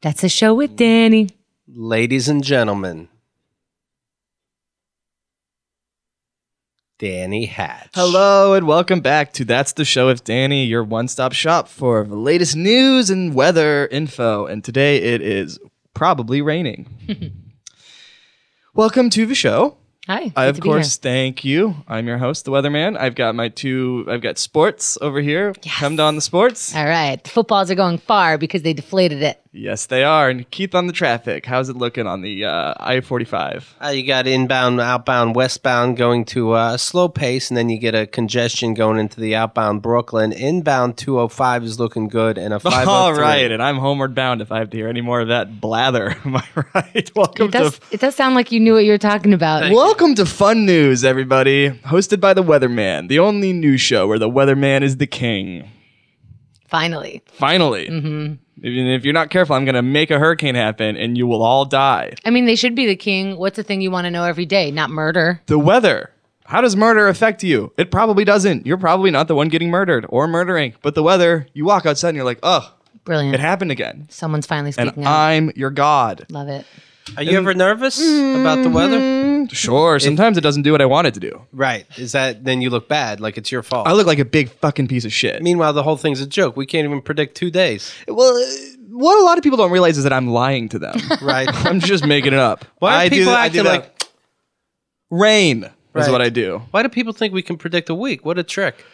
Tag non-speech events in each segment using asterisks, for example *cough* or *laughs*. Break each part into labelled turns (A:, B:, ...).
A: That's a show with Danny.
B: Ladies and gentlemen, Danny Hatch.
C: Hello and welcome back to That's the Show with Danny, your one-stop shop for the latest news and weather info. And today it is probably raining. *laughs* welcome to the show.
A: Hi.
C: I
A: good
C: of
A: to be here.
C: course thank you. I'm your host, the Weatherman. I've got my two. I've got sports over here. Come on the sports.
A: All right. The footballs are going far because they deflated it.
C: Yes, they are. And Keith on the traffic. How's it looking on the uh, I-45? *laughs*
B: Uh, you got inbound, outbound, westbound going to uh, a slow pace, and then you get a congestion going into the outbound Brooklyn. Inbound 205 is looking good, and a 503.
C: All right, and I'm homeward bound. If I have to hear any more of that blather, *laughs* am I right? Welcome
A: It does,
C: to
A: it does sound like you knew what you were talking about.
C: Welcome to Fun News, everybody. Hosted by the Weatherman, the only news show where the Weatherman is the king.
A: Finally.
C: Finally, mm-hmm. even if you're not careful, I'm going to make a hurricane happen, and you will all die.
A: I mean, they should be the king. What's the thing you want to know every day? Not murder.
C: The weather. How does murder affect you? It probably doesn't. You're probably not the one getting murdered or murdering, but the weather. You walk outside and you're like, oh,
A: Brilliant.
C: it happened again,
A: Someone's finally
C: and
A: speaking out.
C: I'm your god.
A: Love it.
B: Are you ever nervous about the weather?
C: Sure, sometimes it doesn't do what I want it to do.
B: Right. Is that then you look bad, like it's your fault?
C: I look like a big fucking piece of shit.
B: Meanwhile, the whole thing's a joke. We can't even predict two days.
C: Well, uh, what a lot of people don't realize is that I'm lying to them.
B: Right.
C: I'm just making it up.
B: *laughs* Why are
C: I
B: people
C: that- I
B: acting
C: that.
B: like?
C: rain? Is
B: Right.
C: what I do
B: Why do people think we can predict a week? What a trick!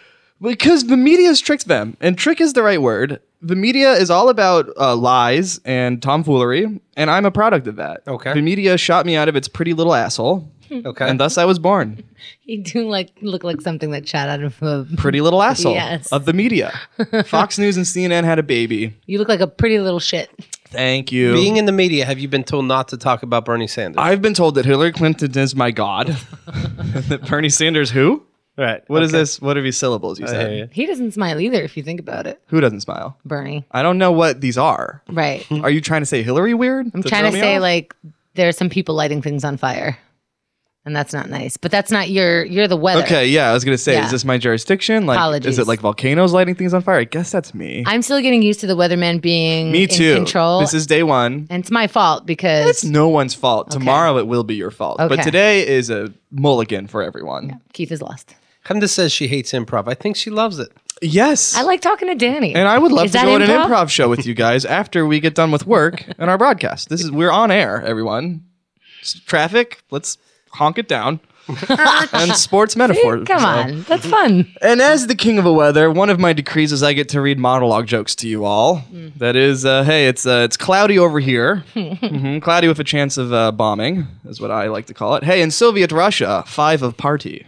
C: because the media's tricked them, and trick is the right word. The media is all about uh, lies and tomfoolery, and I'm a product of that.
B: Okay.
C: The media shot me out of its pretty little asshole,
B: Okay.
C: and thus I was born
A: You do like look like something that shot out of a.
C: pretty little asshole
A: Yes.
C: of the media. Fox News and CNN had a baby.
A: You look like a pretty little shit.
C: Thank you.
B: Being in the media, have you been told not to talk about Bernie Sanders?
C: I've been told that Hillary Clinton is my god. *laughs* that Bernie Sanders who?
B: right.
C: What is this? What are these syllables you said?
B: hear you.
A: He doesn't smile either if you think about it,
C: Who doesn't smile?
A: Bernie.
C: I don't know what these are. *laughs*
A: Right.
C: Are you trying to say Hillary weird?
A: I'm trying to say like there are some people lighting things on fire, and that's not nice. But that's not your you're the weather.
C: Okay, yeah, I was gonna say,
A: Yeah.
C: is this my jurisdiction? Like, is
A: Apologies.
C: it like volcanoes lighting things on fire? I guess that's me.
A: I'm still getting used to the weatherman being
C: me
A: in
C: too.
A: control,
C: This is day one.
A: and it's my fault because
C: It's no one's fault. Tomorrow it will be your fault. But
A: Okay.
C: today is a mulligan for everyone.
A: Keith is lost.
B: Hemda says she hates improv. I think she loves it.
C: Yes.
A: I like talking to Danny,
C: and I would love
A: Is
C: to
A: that
C: go on an improv show with you guys after we get done with work and our broadcast. This is we're on air, everyone. S- Traffic, let's honk it
A: *laughs*
C: down. and sports metaphor.
A: Come
C: so-
A: on, that's
C: *laughs*
A: fun.
C: And as the king of the weather, one of my decrees is I get to read monologue jokes to you all. That is, uh, hey, it's uh, it's cloudy over here, hmm cloudy with a chance of uh, bombing, is what I like to call it. Hey, in Soviet Russia, five of party.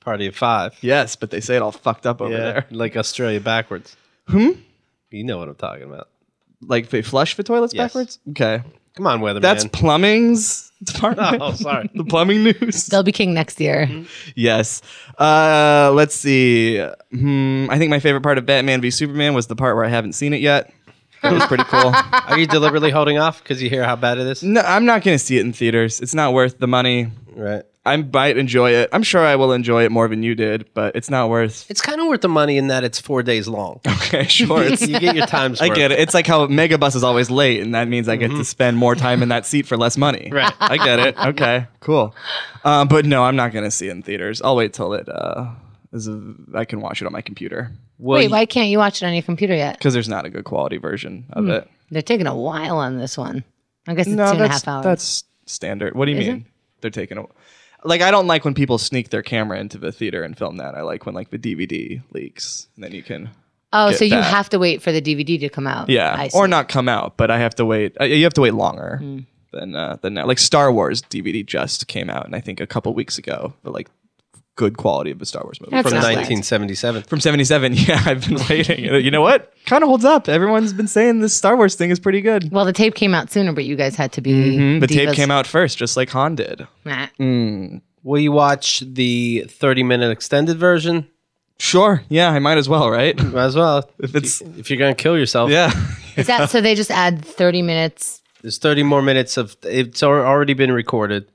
B: Party of five.
C: Yes, but they say it all fucked up over there.
B: Like Australia backwards. Hmm? You know what I'm talking about.
C: Like they flush the toilets
B: Yes.
C: backwards. Okay,
B: Come on, weatherman.
C: that's plumbing's department.
B: *laughs* oh, sorry.
C: the plumbing news.
A: They'll be king next year.
C: Mm-hmm. Yes. Uh, let's see. Hmm, I think my favorite part of Batman v Superman was the part where I haven't seen it yet. It was pretty cool.
B: Are you deliberately holding off because you hear how bad it is?
C: No, I'm not going to see it in theaters. It's not worth the money.
B: Right.
C: I might enjoy it. I'm sure I will enjoy it more than you did, but it's not worth. *laughs*
B: It's kind of worth the money in that it's four days *laughs* long.
C: Okay, sure. It's,
B: you get your time's
C: I
B: worth.
C: get it. It's like how Megabus is always late, and that means I get to spend more time in that seat for less *laughs* money.
B: Right.
C: I get it. Okay, cool. Um, but no, I'm not going to see it in theaters. I'll wait till it uh, is. A, I can watch it on my computer
B: Well,
A: Wait,
B: you-
A: why can't you watch it on your computer yet?
C: because there's not a good quality version of it.
A: They're taking a while on this one. I guess it's
C: No,
A: two and a
C: that's
A: half hours.
C: that's standard. What do you mean? They're taking a like I don't like when people sneak their camera into the theater and film that. I like when like the DVD leaks and then you can
A: oh,
C: get
A: so you
C: that.
A: have to wait for the DVD to come out.
C: yeah
A: I see. Hmm.
C: or not come out, but I have to wait. Uh, you have to wait longer than uh, than now. Like Star Wars DVD just came out and I think a couple weeks ago, but like good quality of a Star Wars movie
A: That's
B: from
A: not bad.
B: 1977.
C: from 77. *laughs* Yeah, I've been waiting. you know what? Kind of holds up. Everyone's been saying this Star Wars thing is pretty good.
A: Well, the tape came out sooner, but you guys had to be.
C: Mm-hmm. The tape came out Mm. first, just like Han did.
A: out.
B: Will you watch the 30 minute extended version?
C: Sure. Yeah, I might as
A: *laughs*
C: well, right?
B: Might as well.
C: If it's
B: If you're going to kill yourself,
C: yeah.
A: Is that so? They just add thirty minutes.
B: there's 30 more minutes of it's al- already been recorded.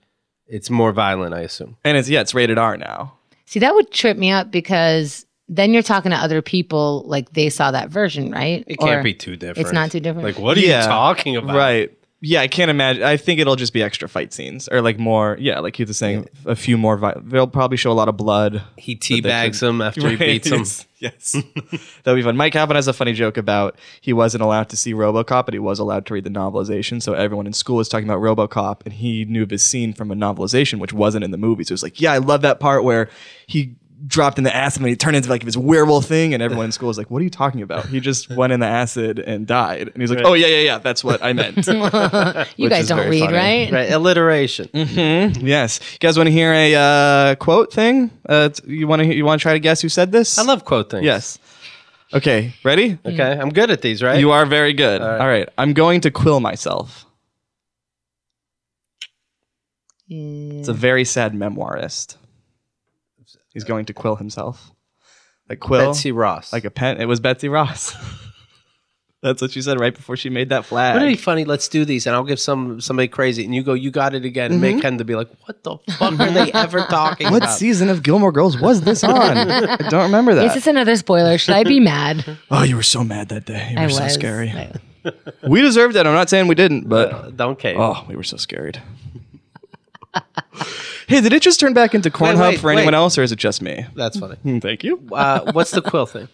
B: It's more violent, I assume.
C: And it's yeah, it's rated R now.
A: See, that would trip me up because then you're talking to other people like they saw that version, right?
B: It can't
A: Or-
B: be too different.
A: It's not too different.
B: Like, what are
C: Yeah.
B: you talking about?
C: Right. Yeah, I can't imagine. I think it'll just be extra fight scenes or like more. Yeah, like you were saying, a few more. Vi- they'll probably show a lot of blood.
B: He teabags him after he *laughs*
C: Right,
B: beats him.
C: Yes. *laughs* yes. That'll be fun. Mike Calvin has a funny joke about he wasn't allowed to see Robocop, but he was allowed to read the novelization. So everyone in school was talking about Robocop, and he knew of his scene from a novelization, which wasn't in the movie. So it was like, yeah, I love that part where he dropped in the acid and he turned into like his werewolf thing and everyone in school was like what are you talking about
B: *laughs*
C: he just went in the acid and died and he's like oh yeah yeah yeah that's what
B: *laughs*
C: i meant
A: you guys
C: is
A: don't
C: very
A: read,
C: funny.
A: right?
B: Right, alliteration.
C: Mm-hmm. yes you guys want to hear a uh, quote thing uh, t- you want to you want to try to guess who said this
B: I love quote things.
C: yes okay ready
A: Mm.
B: Okay, I'm good at these, right?
C: You are very good. All
B: right.
C: All right. I'm going to quill myself. It's a very sad memoirist. He's going to quill himself. Like quill,
B: Betsy Ross.
C: like a pen. It was Betsy Ross. *laughs* That's what she said right before she made that flag.
B: Wouldn't it be funny? Let's do these, and I'll give some somebody crazy, and you go, you got it again, and
A: Mm-hmm.
B: make him to be like, what the fuck are they ever talking
C: *laughs* what
B: about?
C: season of Gilmore Girls was this on? *laughs* I don't remember
A: Is
C: that.
A: this another spoiler? Should I
C: *laughs*
A: be mad?
C: oh, you were so mad that day. You were
A: I
C: so
A: was.
C: scary.
A: I-
C: We deserved it. I'm not saying we didn't, but
B: Uh, Don't care.
C: oh, we were so scared. *laughs* hey, did it just turn back into Cornhub
B: wait,
C: for anyone
B: wait.
C: else, or is it just me?
B: That's funny.
C: Hmm, Thank you.
B: Uh, what's the quill thing?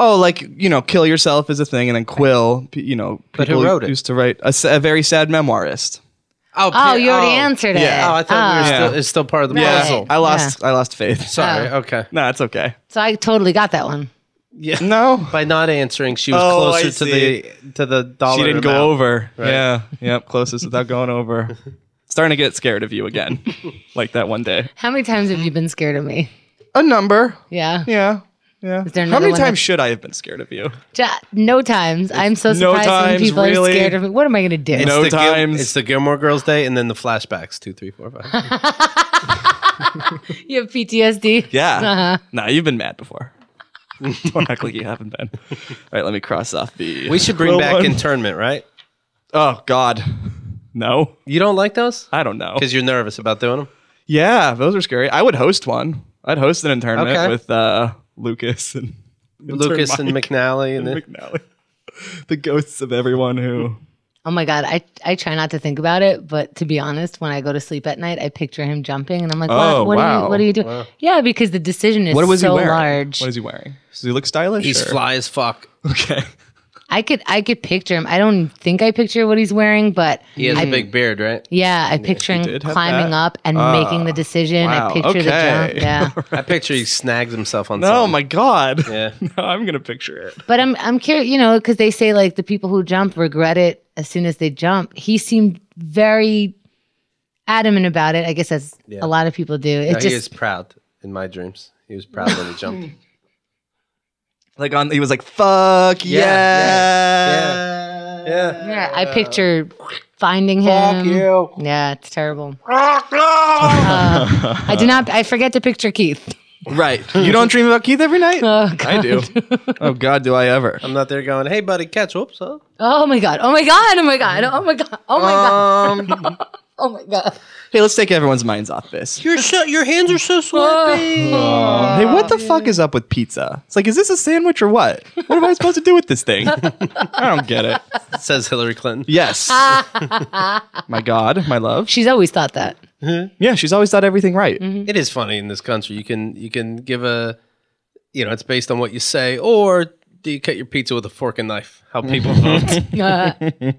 C: Oh, like you know, kill yourself is a thing, and then quill, p- you know,
B: But who
C: people
B: wrote it?
C: Used to write a, s- a very sad memoirist.
A: Oh,
B: Pe-
A: you already answered it. Ah.
B: Yeah. Oh, I thought we were
C: Oh.
B: still, it's still part of the
A: Yeah.
B: puzzle.
C: I lost. I lost faith. *laughs*
B: Sorry. Okay.
C: No, it's okay.
A: So I totally got that one.
B: Yeah.
C: No,
B: By not answering, she was
C: Oh,
B: closer
C: I
B: to the to the dollar.
C: she didn't
B: amount.
C: go over. Yeah, *laughs* yep, closest without going *laughs* over. Starting to get scared of you *laughs* again, like that one day.
A: How many times have you been scared of me?
C: A number.
A: Yeah.
C: Yeah. Yeah.
A: there
C: How
A: another
C: many
A: one
C: times
A: that-
C: should I have been scared of you?
A: Ja- no times. I'm so
C: no
A: surprised
C: times,
A: when people
C: really?
A: are scared of me. What am I going to do?
C: No
B: It's the Gil-
C: times.
B: it's the Gilmore Girls Day, and then the flashbacks. Two, three, four, five.
A: You have PTSD.
C: Yeah.
A: Uh-huh.
C: uh Nah, you've been mad before. *laughs* Don't act like you haven't been. All right, let me cross off the.
B: We should bring
C: quill
B: back
C: one.
B: internment, right?
C: Oh God, no!
B: You don't like those
C: I don't know.
B: because you're nervous about doing them.
C: Yeah, those are scary. I would host one. I'd host an internment
B: Okay.
C: with uh, Lucas and *laughs*
B: Lucas
C: intern
B: and
C: Mike
B: McNally, and,
C: and *laughs* McNally. the ghosts of everyone who.
A: Oh my God. I, I try not to think about it, but to be honest, when I go to sleep at night, I picture him jumping and I'm like, what,
C: Oh,
A: what, are,
C: wow.
A: you, what are you doing? Yeah, because the decision is
C: What was
A: so
C: he wearing?
A: large.
C: What is he wearing? Does he look stylish?
B: he's
C: or-
B: fly as fuck.
C: *laughs* Okay.
A: I could I could picture him. I don't think I picture what he's wearing, but
B: He has a big beard, right?
A: yeah, I picture him
C: did have
A: climbing
C: that.
A: up and making the decision.
C: wow,
A: I picture the jump.
C: okay.
A: Yeah.
B: I picture he snags himself on.
C: Oh
B: something.
C: my God.
B: Yeah.
C: *laughs* No, I'm gonna picture it.
A: But I'm I'm curious, you know, because they say like the people who jump regret it as soon as they jump. He seemed very adamant about it. I guess as a lot of people do. It
B: No, he was
A: just
B: proud in my dreams. He was proud when he jumped.
C: *laughs* Like on, he was like, "Fuck yeah, Uh,
B: yeah, Yeah.
A: yeah, I picture findking him.
B: you.
A: Yeah, it's terrible. Uh, I do not. I forget to picture Keith.
C: right." You don't dream about Keith every *laughs* night.
A: Oh,
C: I do. oh God, do I ever?
B: I'm not there going, hey, buddy, catch. Whoops. Huh?
A: Oh my god. Oh my god. Oh my god. Oh my god. Oh my god.
C: Um,
A: Oh my god.
C: hey, let's take everyone's minds off this. Oh.
B: Your, so, your hands are so slippery.
C: hey, what the fuck is up with pizza? It's like, is this a sandwich or what? What am I supposed to do with this thing? *laughs* I don't get it.
B: *laughs* Says Hillary Clinton.
C: Yes. *laughs* my God, my love.
A: She's always thought that.
C: Yeah, she's always thought everything right.
B: It is funny in this country. You can you can give a, you know, it's based on what you say, or do you cut your pizza with a fork and knife?
C: *laughs*
B: How people vote.
A: Uh,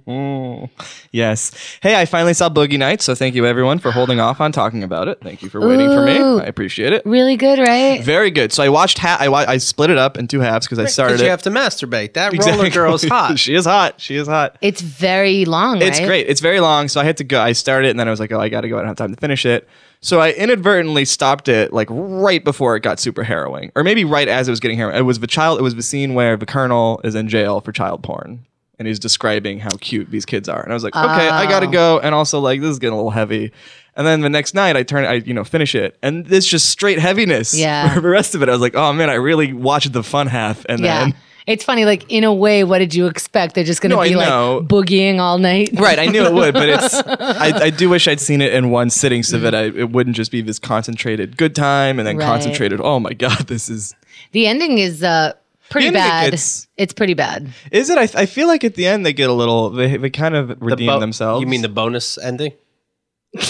C: Oh. Yes. Hey, I finally saw Boogie Nights, so thank you everyone for holding off on talking about it. Thank you for waiting for me.
A: Ooh.
C: I appreciate it.
A: really good, right?
C: Very good. So I watched. Ha- I wa- I split it up in two halves because I started.
B: Because you
C: it-
B: have to masturbate. That
C: Exactly.
B: roller
C: *laughs*
B: girl's hot.
C: she is hot. She is hot.
A: It's very long.
C: It's
A: right?
C: great. It's very long. So I had to go. I started it and then I was like, oh, I got to go. I don't have time to finish it. So I inadvertently stopped it like right before it got super harrowing, or maybe right as it was getting harrowing. It was the child. It was the scene where the colonel is in jail for child porn, and he's describing how cute these kids are. And I was like, okay, I gotta go. And also like this is getting a little heavy. And then the next night, I turn, I you know finish it, and it's just straight heaviness.
A: Yeah.
C: *laughs* For the rest of it, I was like, oh man, I really watched the fun half, and
A: Yeah.
C: then.
A: It's funny, like in a way, what did you expect? They're just gonna
C: No, I
A: be like
C: know.
A: boogieing all night.
C: Right, I knew it would,
A: *laughs*
C: but it's. I, I do wish I'd seen it in one sitting so that I, it wouldn't just be this concentrated good time and then
A: Right.
C: concentrated. Oh my god, this is
A: The ending is uh, pretty
C: ending
A: bad.
C: gets-
A: it's pretty bad.
C: Is it? I, I feel like at the end they get a little. They, they kind of redeem
B: bo-
C: themselves.
B: You mean the bonus ending?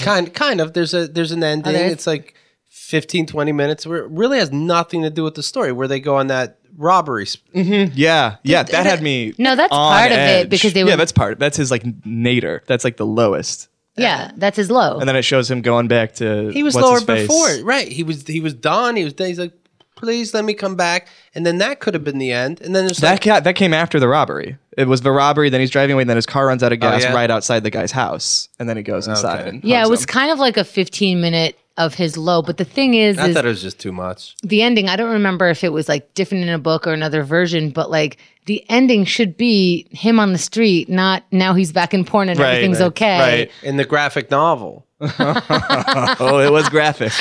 B: kind kind of. There's a there's an ending.
A: there is?
B: it's like 15, 20 minutes where it really has nothing to do with the story where they go on that robbery. Sp-
C: Mm. Yeah, yeah. That had me.
A: No, that's
C: on
A: part of it
C: edge.
A: because they
C: Yeah,
A: were-
C: that's part. That's his like nadir. That's like the lowest.
A: Yeah, that's his low.
C: And then it shows him going back to.
B: He was
C: what's
B: lower
C: his face.
B: before, right? He was he was done. He was done. He's like, please let me come back. And then that could have been the end. And then there's
C: That
B: like,
C: ca- that came after the robbery. It was the robbery. Then he's driving away. Then his car runs out of gas
B: Oh, yeah?
C: right outside the guy's house, and then he goes inside.
B: Okay.
C: And
A: yeah,
C: hugs
A: it was
C: him.
A: kind of like a 15 minute of his low. But the thing is,
B: I
A: is
B: thought it was just too much.
A: the ending, I don't remember if it was like different in a book or another version, but like the ending should be him on the street, not now he's back in porn and
C: Right,
A: everything's
C: right,
A: okay.
C: right.
B: In the graphic novel.
C: oh, it was graphic.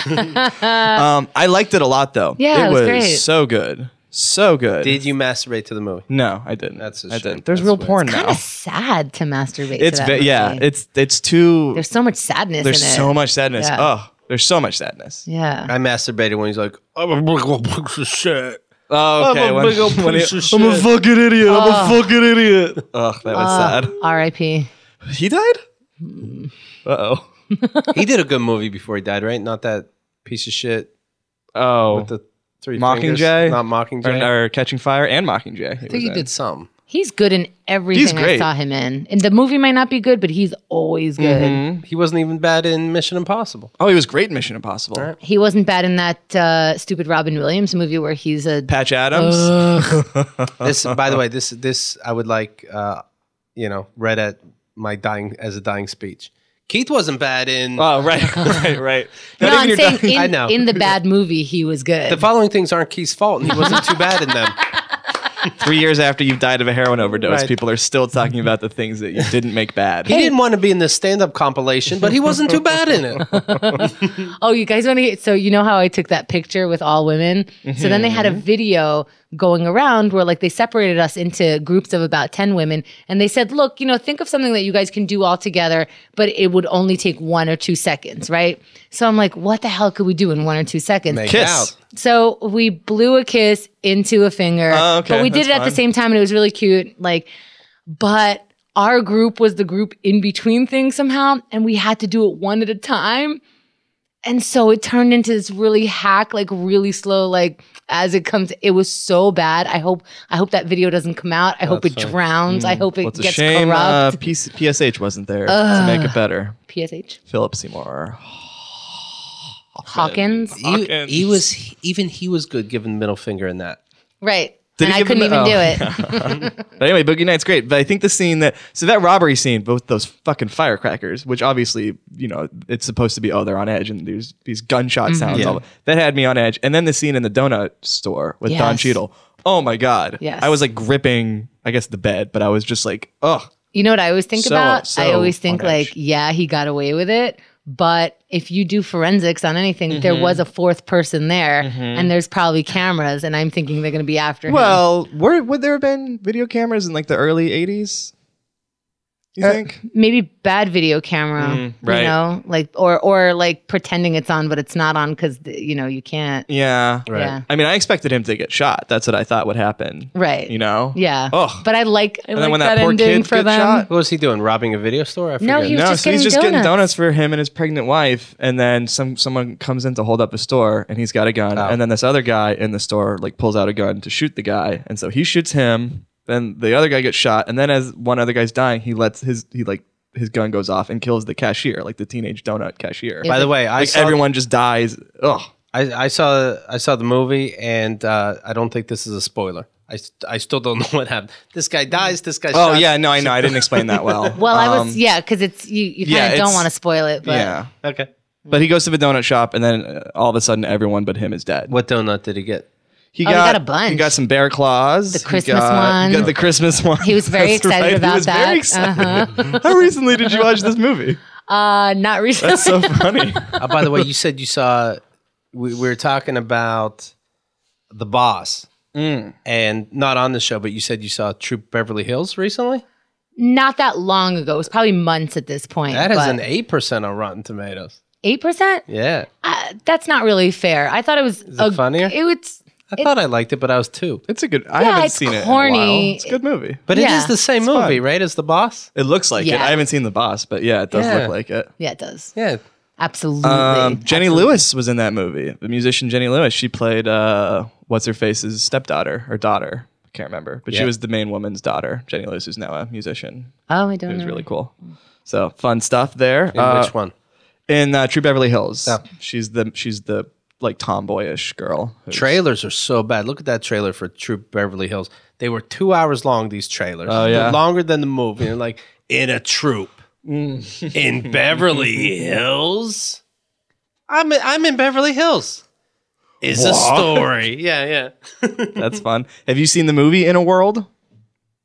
C: um, I liked it a lot though.
A: Yeah, it was great.
C: so good, so good.
B: Did you masturbate to the movie?
C: no, I didn't.
B: That's a
C: I
B: shame.
C: didn't. There's
B: That's
C: real
B: weird.
C: porn
A: Kind
B: *laughs*
C: now.
A: of sad to masturbate.
C: Oh. It's
A: to that
C: ve- yeah.
A: movie.
C: It's it's too.
A: there's so much sadness.
C: There's
A: in it.
C: so much sadness.
A: Yeah.
C: Oh, there's so
A: *laughs*
C: much sadness.
A: Yeah.
B: I masturbated when he's like, I'm a big old piece of shit.
C: Oh, okay.
B: I'm a
C: when-
B: big old
C: *laughs* when he-
B: piece of
C: I'm a
B: shit.
C: fucking idiot. I'm a fucking idiot. Oh, that was sad.
A: R.I.P.
C: He died.
B: Hmm.
C: Uh oh.
B: he did a good movie before he died, right? Not that piece of shit.
C: Oh.
B: The three
C: Mockingjay?
B: fingers, not Mockingjay.
C: Or, or Catching Fire and Mockingjay.
B: I think he did some.
A: He's good in everything I
C: great.
A: saw him in. And the movie might not be good, but he's always good.
C: Mm-hmm.
B: He wasn't even bad in Mission Impossible.
C: Oh, he was great in Mission Impossible.
A: He wasn't bad in that uh, stupid Robin Williams movie where he's a
C: Patch Adams. *laughs*
B: This, by the way, this this I would like, uh, you know, read at my dying as a dying speech. Keith wasn't bad in.
C: oh, right, *laughs* right, right.
A: no,
C: Not even
A: I'm
C: your
A: saying
C: *laughs* doc-
B: I
A: in,
B: know.
A: in the bad movie he was good.
B: the following things aren't Keith's fault, and he wasn't too bad in them.
C: three years after you've died of a heroin overdose,
B: Right.
C: people are still talking about the things that you didn't make bad.
B: He didn't want to be in this stand-up compilation, but he wasn't too bad in it.
A: oh, you guys want to get so you know how I took that picture with all women? So then they had a video going around where like they separated us into groups of about 10 women and they said, "Look, you know, think of something that you guys can do all together, but it would only take 1 or 2 seconds, right?" So I'm like, "What the hell could we do in 1 or 2 seconds?"
B: Make
C: *laughs* Kiss.
B: out.
A: So we blew a kiss into a finger.
C: Oh, okay.
A: But we did
C: That's
A: it at the
C: fine.
A: same time and it was really cute. Like, but our group was the group in between things somehow, and we had to do it one at a time. And so it turned into this really hack, like really slow, like as it comes. It was so bad. I hope I hope that video doesn't come out. I hope it drowns. I hope it
C: Well, it's a
A: gets
C: Hmm. shame uh,
A: corrupt.
C: PC- PSH wasn't there to make it better.
A: PSH.
C: Philip Seymour.
A: Hawkins.
B: He,
C: Hawkins.
B: he was even he was good giving middle finger in that.
A: Right.
C: Did
A: and
C: he
A: I
C: give him
A: couldn't even
C: the-
A: do
C: oh. *laughs*
A: it.
C: But anyway, Boogie Night's great. But I think the scene that so that robbery scene, both those fucking firecrackers, which obviously you know it's supposed to be oh they're on edge and there's these
A: Mm-hmm.
C: gunshot sounds.
B: Yeah.
C: All, that had me on edge. And then the scene in the donut store with Don
A: Yes.
C: Cheadle. Oh my god.
A: Yes.
C: I was like gripping, I guess the bed, but I was just like, oh,
A: You know what I always think
C: So-
A: about?
C: so
A: I always think
C: on edge.
A: like, yeah, he got away with it. But if you do forensics on anything, there
C: Mm-hmm.
A: was a fourth person there, and there's probably cameras, and I'm thinking they're going to be after him.
C: *laughs* well, were would there have been video cameras in like the early '80s? You think?
A: maybe bad video camera,
C: Mm, right.
A: you know, like or or like pretending it's on but it's not on because you know you can't.
C: Yeah.
B: Right.
A: Yeah,
C: I mean, I expected him to get shot. That's what I thought would happen.
A: right.
C: You know?
A: Yeah.
C: Oh.
A: But I like I
C: then
A: like
C: when that
A: that,
C: poor
A: ending
C: kid
A: for
C: gets
A: them.
C: shot,
B: What was he doing? Robbing a video store? I forget.
A: No, he was
C: No,
A: just
C: so he's
A: getting
C: just getting
A: donuts.
C: donuts for him and his pregnant wife, and then some someone comes in to hold up a store, and he's got a
A: Oh.
C: gun, and then this other guy in the store like pulls out a gun to shoot the guy, and so he shoots him. Then the other guy gets shot, and then as one other guy's dying, he lets his he like his gun goes off and kills the cashier, like the teenage donut cashier.
B: By the way, I
C: like
B: saw
C: everyone just dies. Ugh.
B: I, I saw I saw the movie, and uh, I don't think this is a spoiler. I, st- I still don't *laughs* know what happened. This guy dies. This guy.
C: Oh yeah, no, I know I didn't explain that well.
A: *laughs* Well, I
C: Um,
A: was yeah, because it's you. You kind
C: yeah,
A: of don't
C: it's-
A: want to spoil it, but
C: yeah.
B: Okay.
C: But he goes to the donut shop, and then uh, all of a sudden, everyone but him is dead.
B: What donut did he get?
C: He,
A: Oh, he got a bunch.
C: He got some bear claws. The
A: Christmas one.
C: the Christmas one.
A: he was very
C: *laughs* That's
A: excited
C: right,
A: about
C: he was
A: that.
C: Very excited.
A: Uh-huh.
C: *laughs* How recently did you watch this
A: *laughs*
C: movie?
A: Uh, not *laughs* recently.
C: That's so funny.
B: Uh, by the way, you said you saw. We, we were talking about the
C: *laughs*
B: boss,
C: Mm.
B: and not on the show, but you said you saw Troop Beverly Hills recently.
A: not that long ago. It was probably months at this point.
B: That has an eight percent on Rotten Tomatoes.
A: eight percent.
B: Yeah,
A: Uh, that's not really fair. I thought it was
B: it funnier?
A: It was.
B: I thought I liked it, but I was two.
C: It's a good. I
A: Yeah,
C: haven't
A: it's
C: seen it. In a
A: corny.
C: while. It's a good movie.
B: But
A: Yeah.
B: it is the same
C: fun.
B: movie, right? As the boss.
C: It looks like it.
A: Yeah.
C: I haven't seen the boss, but yeah, it does
B: Yeah.
C: look like it.
A: Yeah, it does.
B: Yeah.
A: Absolutely.
C: Um, Jenny Lewis was in that movie. The musician Jenny Lewis. She played uh, what's her face's stepdaughter or daughter. I can't remember, but she
B: Yeah.
C: was the main woman's daughter. Jenny Lewis, who's now a musician.
A: Oh, I don't
C: It was
A: know.
C: really cool. So fun stuff there.
B: In
C: Uh,
B: which one?
C: In uh, True Beverly Hills.
B: Yeah.
C: She's the she's the like tomboyish girl. who's-
B: Trailers are so bad. Look at that trailer for True Beverly Hills. They were two hours long. These trailers.
C: Oh, yeah.
B: They're longer than the movie. And like in a troop in *laughs* Beverly Hills. I'm in, I'm in Beverly Hills. Is a
C: What?
B: story. Yeah, yeah.
C: That's fun. Have you seen the movie In a World?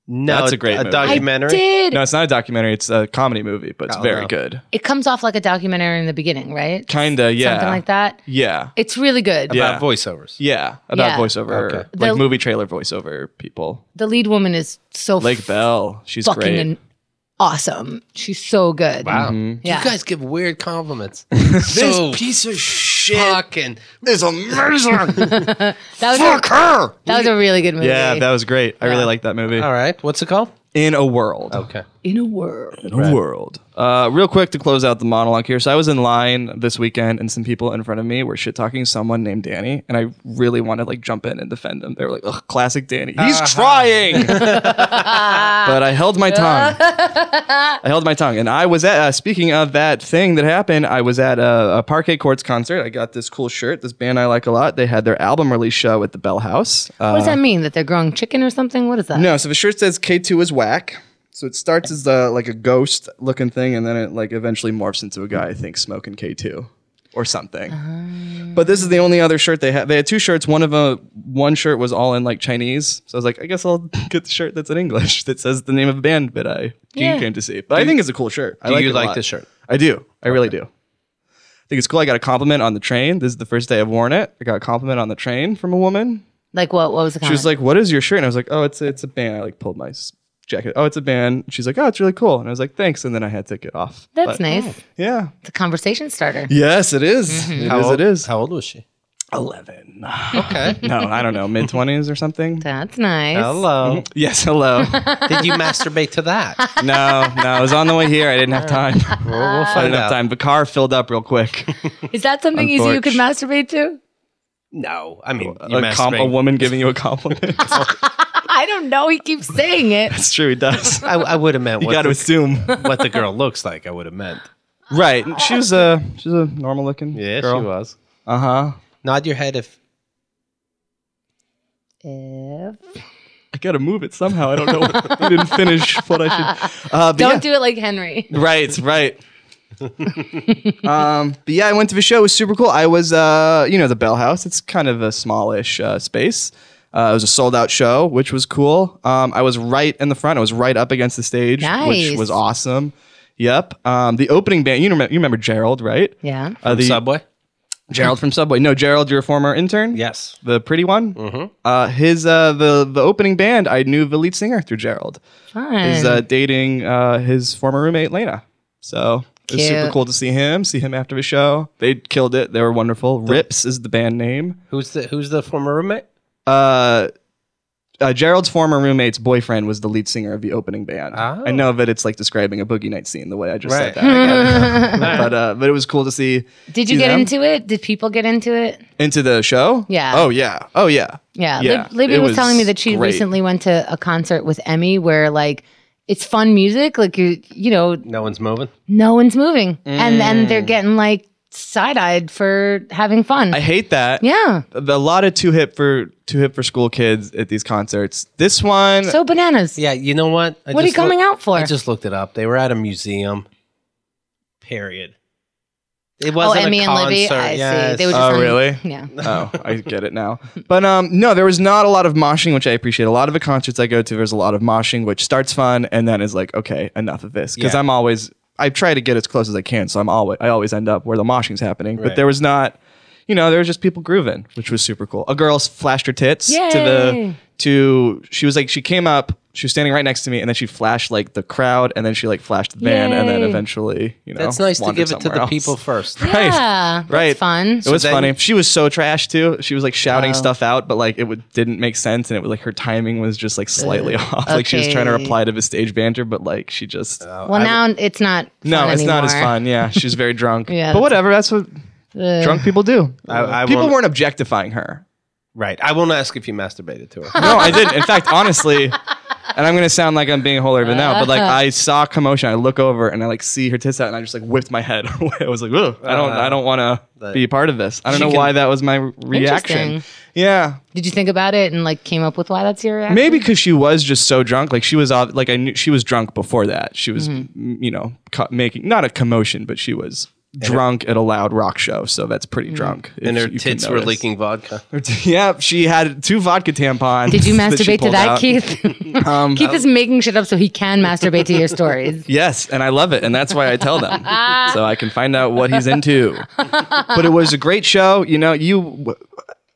B: No,
C: That's a great
B: a
C: movie.
A: I
B: documentary.
A: did.
C: No, it's not a documentary. It's a comedy movie, but it's
B: Oh,
C: very
B: no.
C: good.
A: It comes off like a documentary in the beginning, right?
C: Kinda, yeah.
A: Something like that.
C: Yeah.
A: It's really good.
C: Yeah.
B: About voiceovers.
C: Yeah, about
A: Yeah.
C: voiceover,
B: Okay.
C: like
A: The-
C: movie trailer voiceover people.
A: The lead woman is so
C: Lake Bell, she's
A: fucking
C: great.
A: an- awesome. She's so good.
B: Wow.
A: Yeah.
B: You guys give weird compliments. Mm-hmm. *laughs*
C: Oh.
B: this piece of shit. Fucking is
C: *laughs*
B: amazing.
A: That was a,
B: her.
A: that was a really good movie.
C: yeah, that was great. I really like that movie.
B: All right. What's it called?
C: In a world.
B: Okay.
A: in a world.
C: In a world. Uh, real quick to close out the monologue here. So I was in line this weekend, and some people in front of me were shit talking someone named Danny, and I really wanted to like jump in and defend him. They were like, "Ugh, classic Danny. He's
B: *laughs*
C: trying." but I held my *laughs* tongue. I held my tongue, and I was at. Uh, speaking of that thing that happened, I was at a, a Parquet Courts concert. I got this cool shirt. This band I like a lot. They had their album release show at the Bell House. Uh,
A: What does that mean? That they're growing chicken or something? What is that?
C: no, so the shirt says K two is whack. So it starts as the like a ghost looking thing, and then it like eventually morphs into a guy I think smoking K two or something. But this is the only other shirt they had. They had two shirts. One of a one shirt was all in like Chinese. So I was like, I guess I'll get the shirt that's in English that says the name of the band that I
A: Yeah.
C: came to see. But I think it's a cool shirt. I
B: Do
C: like
B: you
C: it a
B: like
C: lot.
B: this shirt?
C: I do. I really do. I think it's cool. I got a compliment on the train. This is the first day I've worn it. I got a compliment on the train from a woman.
A: Like what? What was the
C: She was
A: comment?
C: like, "What is your shirt?" And I was like, "Oh, it's it's a band." I like pulled my s- jacket. Oh, it's a band. She's like, "Oh, it's really cool." And I was like, "Thanks." And then I had to take it off.
A: That's nice.
C: Yeah.
A: It's a conversation starter.
C: *laughs* Yes, it is.
A: Mm-hmm.
C: It is,
B: old,
C: It is.
B: How old was she?
C: *laughs* Eleven.
B: Okay.
C: no, I don't know. Mid twenties or
A: *laughs*
C: something.
A: That's nice.
B: *laughs* Hello.
C: Yes. Hello.
B: Did you masturbate to that?
C: no, no. I was on the way here. I didn't
A: *laughs*
C: have time.
B: *laughs* Well, we'll
C: I
B: find
C: didn't have
B: out.
C: time. The car filled up real quick. *laughs*
A: Is that something easy you could masturbate to?
B: No, I mean you
C: a, com- a
B: masturbate.
C: woman giving you a compliment.
A: I don't know. He keeps saying it.
C: *laughs* That's true. He does.
B: I, I would have meant
C: *laughs* You
B: what
C: got to
A: *laughs*
B: the,
C: assume.
B: *laughs* what the girl looks like. I would have meant.
C: right. She was a she was a normal looking
B: Yeah,
C: girl.
B: she was.
C: Uh huh.
B: Nod your head if.
A: If-
C: I gotta move it somehow. I don't know. I didn't finish what I should. Uh, but
A: Don't
C: yeah.
A: do it like Henry.
C: Right, right. *laughs* um, but yeah, I went to the show. It was super cool. I was, uh, you know, the Bell House. It's kind of a smallish uh, space. Uh, it was a sold out show, which was cool. Um, I was right in the front. I was right up against the stage,
A: Nice.
C: which was awesome. Yep. Um, the opening band. You remember, you remember Gerald, right?
A: Yeah.
C: Uh, the
B: Subway.
C: *laughs* Gerald from Subway. No, Gerald, your former intern.
B: Yes.
C: The pretty one. Mm-hmm. Uh, his uh, the the opening band. I knew the lead singer through Gerald
A: Fun.
C: is uh, dating uh, his former roommate Lena. So it was super
A: Cute.
C: cool to see him. See him after the show. They killed it. They were wonderful. Rips is the band name.
B: Who's the Who's the former
C: *laughs*
B: roommate?
C: Uh, uh, Gerald's former roommate's boyfriend was the lead singer of the opening band.
B: Oh.
C: I know that it's like describing a boogie night scene the way I just
B: Right.
C: said that. I got it. but uh, but it was cool to see
A: Did you
C: see
A: get
C: them.
A: into it? Did people get into it?
C: into the show.
A: Yeah.
C: Oh yeah. Oh yeah.
A: Yeah.
C: Yeah,
A: Lib- Libby
C: it
A: was,
C: was
A: telling me that she
C: great.
A: recently went to a concert with Emmy where like it's fun music, like you you know,
B: No one's moving.
A: no one's moving. And and they're getting like side-eyed for having fun.
C: Mm. I hate that.
A: yeah.
C: The, a lot of too hip for too hip for school kids at these concerts. This one.
A: So bananas.
B: Yeah, you know what? I
A: What are you
B: just loo-
A: coming out for?
B: I just looked it up. They were at a museum. Period. It
A: oh,
B: wasn't
A: Emmy
B: a
A: and
B: concert.
A: Libby. I
B: yes.
A: see. They were just
C: Oh,
A: on-
C: really?
A: Yeah.
C: *laughs* oh, I get it now. But um, no, there was not a lot of moshing, which I appreciate. A lot of the concerts I go to, there's a lot of moshing, which starts fun and then is like, okay, enough of this. Because
B: Yeah.
C: I'm always, I try to get as close as I can, so I'm always, I always end up where the moshing's happening. But
B: Right.
C: there was not, you know, there was just people grooving, which was super cool. A girl flashed her tits to the
A: Yay.
C: to. She was like, she came up. She was standing right next to me, and then she flashed like the crowd, and then she like flashed the van, and then
A: Yay.
C: eventually, you know,
B: That's nice to
C: wandered
B: give it to the
C: somewhere
B: people
C: else.
B: first.
C: Right.
A: Yeah, that's
C: Right.
A: fun. Oh.
C: It was
B: then-
C: funny. She was so trash too. She was like shouting stuff out, but like it would, didn't make sense, and it was like her timing was just like slightly off. Like she was trying to
A: okay.
C: reply to the stage banter, but like she just
A: well, now it's not.
C: no,
A: fun
C: it's not as
A: anymore.
C: fun. Yeah,
A: *laughs*
C: she's very drunk.
A: Yeah,
C: but
A: that's-
C: whatever. That's what
A: Ugh.
C: drunk people do.
B: I- I
C: people
B: won't-
C: weren't objectifying her.
B: Right. I won't ask if you masturbated to
C: *laughs*
B: her. *laughs*
C: No, I didn't. In fact, honestly, and I'm gonna sound like I'm being a whole urban now, but like
A: Uh-huh.
C: I saw commotion. I look over and I like see her tits out, and I just like whipped my head *laughs* away. I was like, Ugh, I don't, I don't want to
B: That-
C: be part of this. I don't know
B: can-
C: why that was my reaction.
A: Interesting.
C: Yeah,
A: Did you think about it and like came up with why that's your reaction?
C: maybe because she was just so drunk. Like she was, ob- like I knew she was drunk before that. She was,
A: Mm-hmm.
C: m you know, co- making not a commotion, but she was. Drunk at a loud rock show, so that's
A: Mm.
C: pretty drunk. if
B: And her
C: you can
B: tits were
C: notice.
B: leaking vodka.
C: *laughs* Yep, she had two vodka tampons.
A: Did you
C: *laughs* that she
A: masturbate to
C: pulled
A: that,
C: out. Um,
A: Keith? *laughs*
C: *laughs*
A: Keith is making shit up so he can masturbate to your stories.
C: Yes, and I love it, and that's why I tell them, so I can find out what he's into. But it was a great show. You know, you w-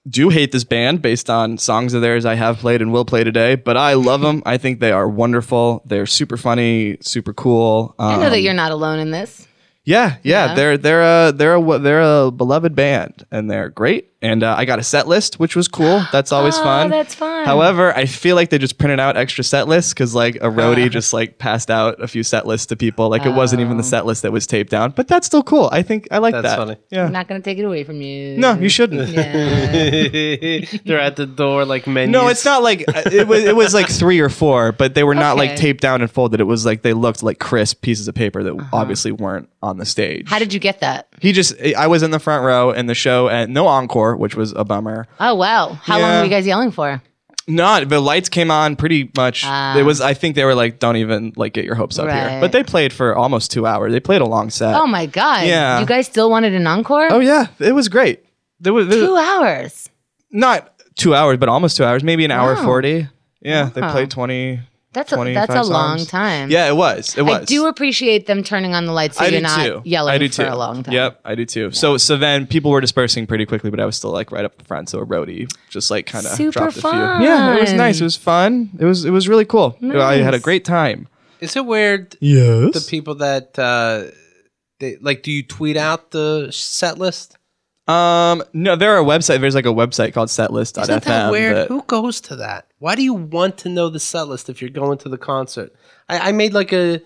C: do hate this band based on songs of theirs I have played and will play today, but I love them. I think they are wonderful. They're super funny, super cool.
A: I
C: Um,
A: know that you're not alone in this.
C: yeah, yeah,
A: Yeah.
C: they're they're a they're a they're a beloved band, and they're great. And uh, I got a set list, which
A: *gasps*
C: was cool. That's always
A: Oh,
C: fun.
A: that's fun.
C: However, I feel like they just printed out extra set lists because like a roadie just like passed out a few set lists to people. Like it wasn't
A: Oh.
C: even the set list that was taped down, but that's still cool. I think I like
B: That's
C: that.
B: funny.
C: Yeah.
A: I'm not gonna take it away from you.
C: no, you
A: *laughs*
C: shouldn't.
A: Yeah.
B: *laughs* They're at the door like menus.
C: No, it's not like uh, it was. It was like three or four, but they were not like
A: Okay.
C: taped down and folded. It was like they looked like crisp pieces of paper that obviously weren't on the stage.
A: Uh-huh. How did you get that?
C: He just, I was in the front row and the show and no encore, which was a bummer.
A: Oh wow! How long
C: Yeah.
A: were you guys yelling for?
C: Not, the lights came on pretty much.
A: Ah.
C: it was, I think they were like, don't even like get your hopes up here.
A: Right.
C: But they played for almost two hours. They played a long set.
A: Oh my god!
C: Yeah.
A: You guys still wanted an encore?
C: Oh, yeah. It was great. There was, there was-
A: Two hours.
C: not two hours, but almost two hours, maybe an hour
A: Wow.
C: 40. Yeah. They played 20.
A: That's a,
C: 25
A: that's a long
C: songs.
A: time.
C: Yeah, it was. It was.
A: I do appreciate them turning on the lights so
C: I
A: you're
C: do
A: not
C: too.
A: yelling
C: I do
A: for
C: too.
A: a long time.
C: Yep, I do too. So so then people were dispersing pretty quickly, but I was still like right up front. So a roadie just like kind of
A: Super
C: dropped a few. Yeah, it was
A: fun.
C: nice. It was fun. It was it was really cool. I had a
A: Nice.
C: great time.
B: Is it weird
C: Yes.
B: the people that uh, they like? Do you tweet out the set list?
C: um. No, there are website. There's like a website called Setlist.fm.
B: Isn't that weird?
C: that-
B: Who goes to that? Why do you want to know the set list if you're going to the concert? I, I made like a,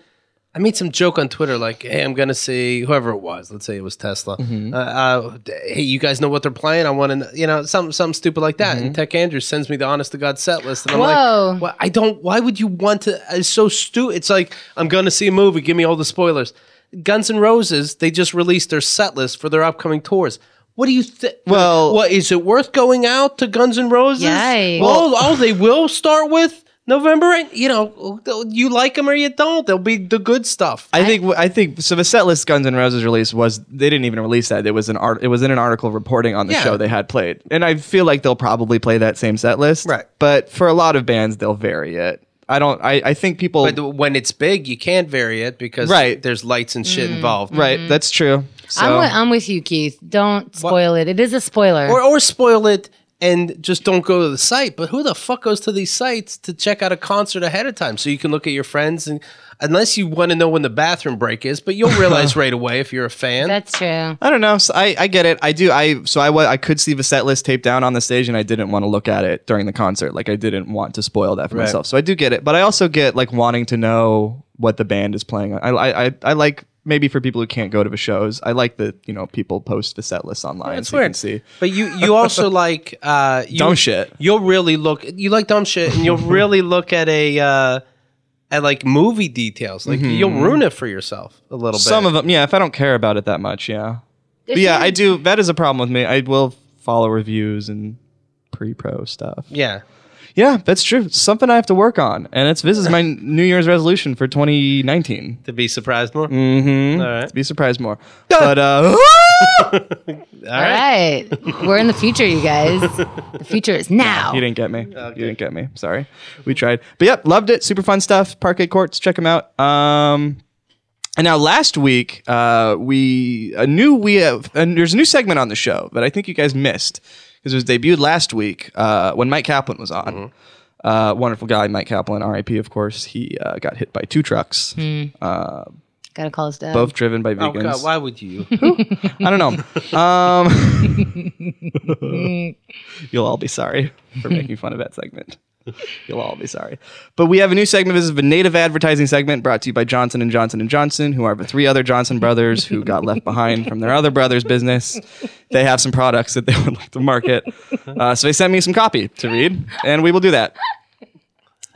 B: I made some joke on Twitter like, hey, I'm gonna see whoever it was. Let's say it was Tesla. Uh, uh, d- hey, you guys know what they're playing? I want to, you know, something something stupid like that. And Tech Andrews sends me the honest to god set list, and I'm
A: Whoa.
B: like, well, I don't. Why would you want to? It's so stupid. It's like I'm gonna see a movie. Give me all the spoilers. Guns N' Roses, they just released their set list for their upcoming tours. What do you think?
C: Well-
B: what is it worth going out to Guns N' Roses?
A: Yikes.
B: Well, oh, they will start with November. and You know, you like them or you don't. They'll be the good stuff.
C: I think I think so. The setlist Guns N' Roses release was they didn't even release that. It was an art. It was in an article reporting on the
B: Yeah.
C: show they had played, and I feel like they'll probably play that same setlist.
B: Right.
C: But for a lot of bands, they'll vary it. I don't. I, I think people.
B: But when it's big, you can't vary it because
C: Right.
B: there's lights and shit involved.
C: right. That's true. So
A: Mm-hmm. I'm, with, I'm with you, Keith. Don't spoil it. It is a spoiler.
B: Or, or spoil it and just don't go to the site. But who the fuck goes to these sites to check out a concert ahead of time so you can look at your friends and. Unless you want to know when the bathroom break is, but you'll
C: *laughs*
B: realize right away if you're a fan.
A: that's true.
C: I don't know. So I, I get it. I do. I so I wa- I could see the set list taped down on the stage, and I didn't want to look at it during the concert. Like I didn't want to spoil that for myself. So I do get it, but I also get like wanting to know what the band is playing. I I I, I like maybe for people who can't go to the shows. I like that you know people post the set list online.
B: That's
C: so You can
B: weird.
C: see.
B: But you you
C: *laughs*
B: also like uh, you,
C: Dumb shit.
B: You'll really look. You like dumb shit, and
C: *laughs*
B: you'll really look at a uh, at like movie details.
C: Mm-hmm.
B: Like you'll ruin it for yourself a little
C: Some
B: bit.
C: of them, yeah. If I don't care about it that much, yeah. But
A: If
C: yeah,
A: you-
C: I do. That is a problem with me. I will follow reviews and pre-pro stuff.
B: yeah.
C: Yeah, that's true. Something I have to work on, and it's this is my New Year's resolution for 2019.
B: To be surprised more.
C: Mm-hmm.
B: All right.
C: Be
B: *laughs*
C: surprised more. But uh,
A: All right. We're in the future, you guys. The future is now.
C: you didn't get me. You didn't get me. Sorry. We tried. But yep, loved it. Super fun stuff. Parquet courts. Check them out. Um, and now last week, uh, we a new we have and there's a new segment on the show that I think you guys missed because it was debuted last week uh, when Mike Kaplan was on.
B: Mm-hmm.
C: Uh, wonderful guy, Mike Kaplan, RIP, of course. He uh, got hit by two trucks,
A: Gotta call his dad.
C: both driven by
B: Hmm. Oh
C: vegans.
B: God! Why would
C: *laughs*
B: you?
C: I don't know. *laughs* Um, you'll all be sorry for making fun of that segment. You'll all be sorry. But we have a new segment. This is a native advertising segment brought to you by Johnson and Johnson and Johnson, who are the three other Johnson brothers who got left behind from their other brother's business. They have some products that they would like to market. Uh, so they sent me some copy to read, and we will do that.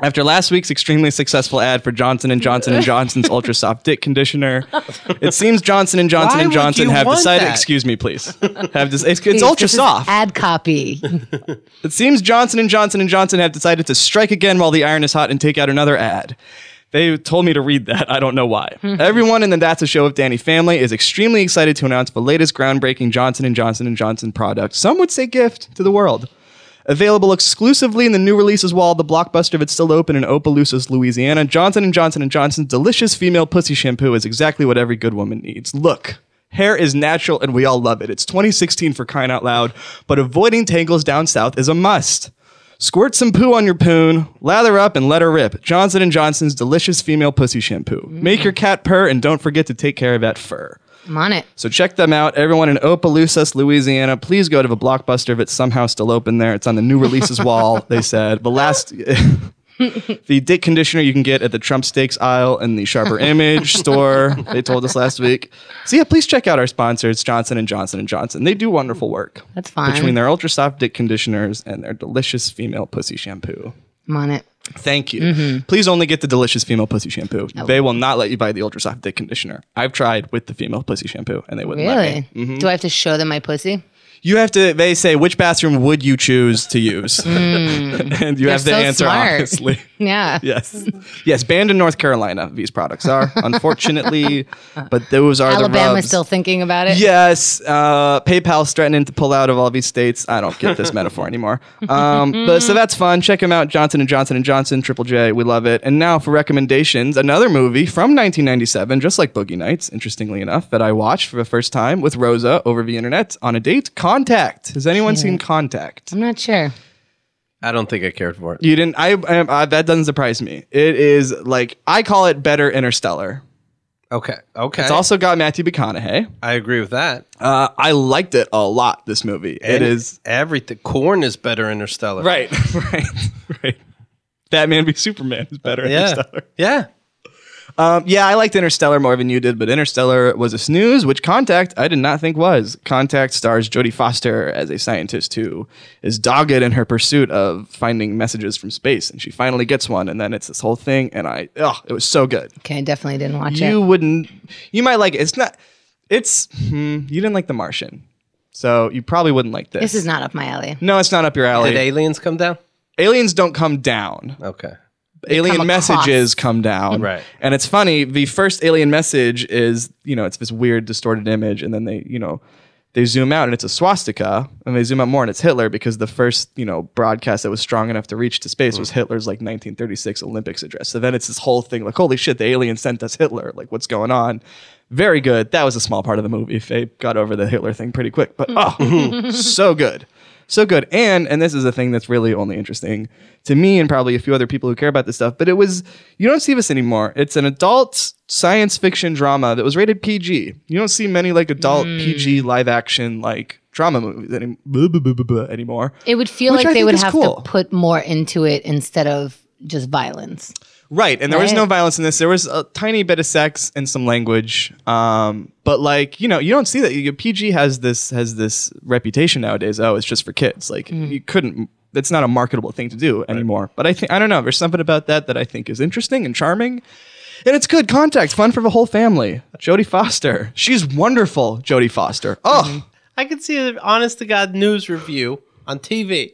C: After last week's extremely successful ad for Johnson and Johnson and Johnson's ultra soft dick conditioner, it seems Johnson and Johnson
B: Why
C: and
B: would
C: Johnson
B: you
C: have
B: want
C: decided.
B: that?
C: Excuse me, please. Have this. It's,
A: Please,
C: it's ultra
A: this is
C: soft.
A: Ad copy. *laughs*
C: It seems Johnson and Johnson and Johnson have decided to strike again while the iron is hot and take out another ad. They told me to read that. I don't know why. Everyone in the That's a Show with Danny family is extremely excited to announce the latest groundbreaking Johnson and Johnson and Johnson product. Some would say gift to the world. Available exclusively in the new releases wall, the blockbuster that's still open in Opelousas, Louisiana. Johnson and Johnson and Johnson's delicious female pussy shampoo is exactly what every good woman needs. Look, hair is natural and we all love it. It's 2016 for crying out loud, but avoiding tangles down south is a must. Squirt some poo on your poon, lather up and let her rip. Johnson and Johnson's delicious female pussy shampoo. Make your cat purr and don't forget to take care of that fur.
A: I'm on it.
C: So check them out. Everyone in Opelousas, Louisiana, please go to the Blockbuster if it's somehow still open there. It's on the new releases
A: *laughs*
C: wall, they said. The last. *laughs* The dick conditioner you can get at the Trump Steaks aisle in the
A: *laughs*
C: Sharper Image store. They told us last week. So yeah, please check out our sponsors, Johnson and Johnson and Johnson. They do wonderful work.
A: That's fine.
C: Between their ultra soft dick conditioners and their delicious female pussy shampoo.
A: I'm on it.
C: Thank you.
A: Mm-hmm.
C: Please only get the delicious female pussy shampoo. They will not let you buy the ultra soft dick conditioner. I've tried with the female pussy shampoo and they wouldn't let me.
A: Really? Do I have to show them my pussy?
C: You have to. They say which bathroom would you choose to
A: *laughs*
C: use, *laughs* and you have to
A: Hmm. so
C: answer
A: smart. *laughs*
C: honestly.
A: Yeah.
C: Yes, yes. Banned in North Carolina. These products are unfortunately, but those are the
A: Alabama's
C: rubs.
A: still thinking about it.
C: Yes, uh, PayPal's threatening to pull out of all these states. I don't get *laughs* this metaphor anymore. Um, but so that's fun. Check them out, Johnson and Johnson and Johnson, Triple J. We love it. And now for recommendations, another movie from 1997, just like Boogie Nights, interestingly enough, that I watched for the first time with Rosa over the internet on a date. Contact. Has anyone seen Contact?
A: I'm not sure.
B: I don't think I cared for it.
C: You didn't. I, I, I that doesn't surprise me. It is like I call it better Interstellar.
B: Okay. Okay.
C: It's also got Matthew McConaughey.
B: I agree with that.
C: Uh, I liked it a lot. This movie. It is.
B: everything. Corn is better Interstellar.
C: *laughs* Right, right, right. Batman v Superman is better. Yeah.
B: Yeah.
C: Interstellar.
B: *laughs* Yeah.
C: Um, yeah, I liked Interstellar more than you did, but Interstellar was a snooze, which Contact I did not think was. Contact stars Jodie Foster as a scientist who is dogged in her pursuit of finding messages from space, and she finally gets one, and then it's this whole thing, and I, oh, it was so good.
A: Okay, I definitely didn't watch
C: You
A: it.
C: wouldn't. You might like it. It's not. It's hmm, you didn't like The Martian, so you probably wouldn't like this.
A: This is not up my alley.
C: no, it's not up your alley.
B: Did aliens come down?
C: Aliens don't come down.
B: Okay.
C: alien
A: come across.
C: messages come down.
B: Right.
C: And it's funny, the first alien message is, you know, it's this weird distorted image and then they, you know, they zoom out and it's a swastika and they zoom out more and it's Hitler because the first, you know, broadcast that was strong enough to reach to space was Hitler's like 1936 Olympics address. So then it's this whole thing like, holy shit, the alien sent us Hitler. Like what's going on? Very good. That was a small part of the movie. They got over the Hitler thing pretty quick,
A: Hmm.
C: but oh, so good so good. And and this is a thing that's really only interesting to me and probably a few other people who care about this stuff. But it was you don't see this anymore. It's an adult science fiction drama that was rated PG. You don't see many like adult PG live action like drama movies any- blah, blah, blah, blah, blah, anymore.
A: It would feel
C: Which I
A: like they
C: think
A: would
C: is
A: have
C: cool.
A: to put more into it instead of just violence.
C: Right, and there was
A: Right.
C: no violence in this. There was a tiny bit of sex and some language, um, but like you know, you don't see that. You- PG has this has this reputation nowadays. Oh, it's just for kids. Like you couldn't. That's not a marketable thing to do anymore. But I think I don't know. There's something about that that I think is interesting and charming, and it's good contact, fun for the whole family. Jodie Foster, she's wonderful. Jodie Foster. Oh,
B: I could see an honest to God news review on TV.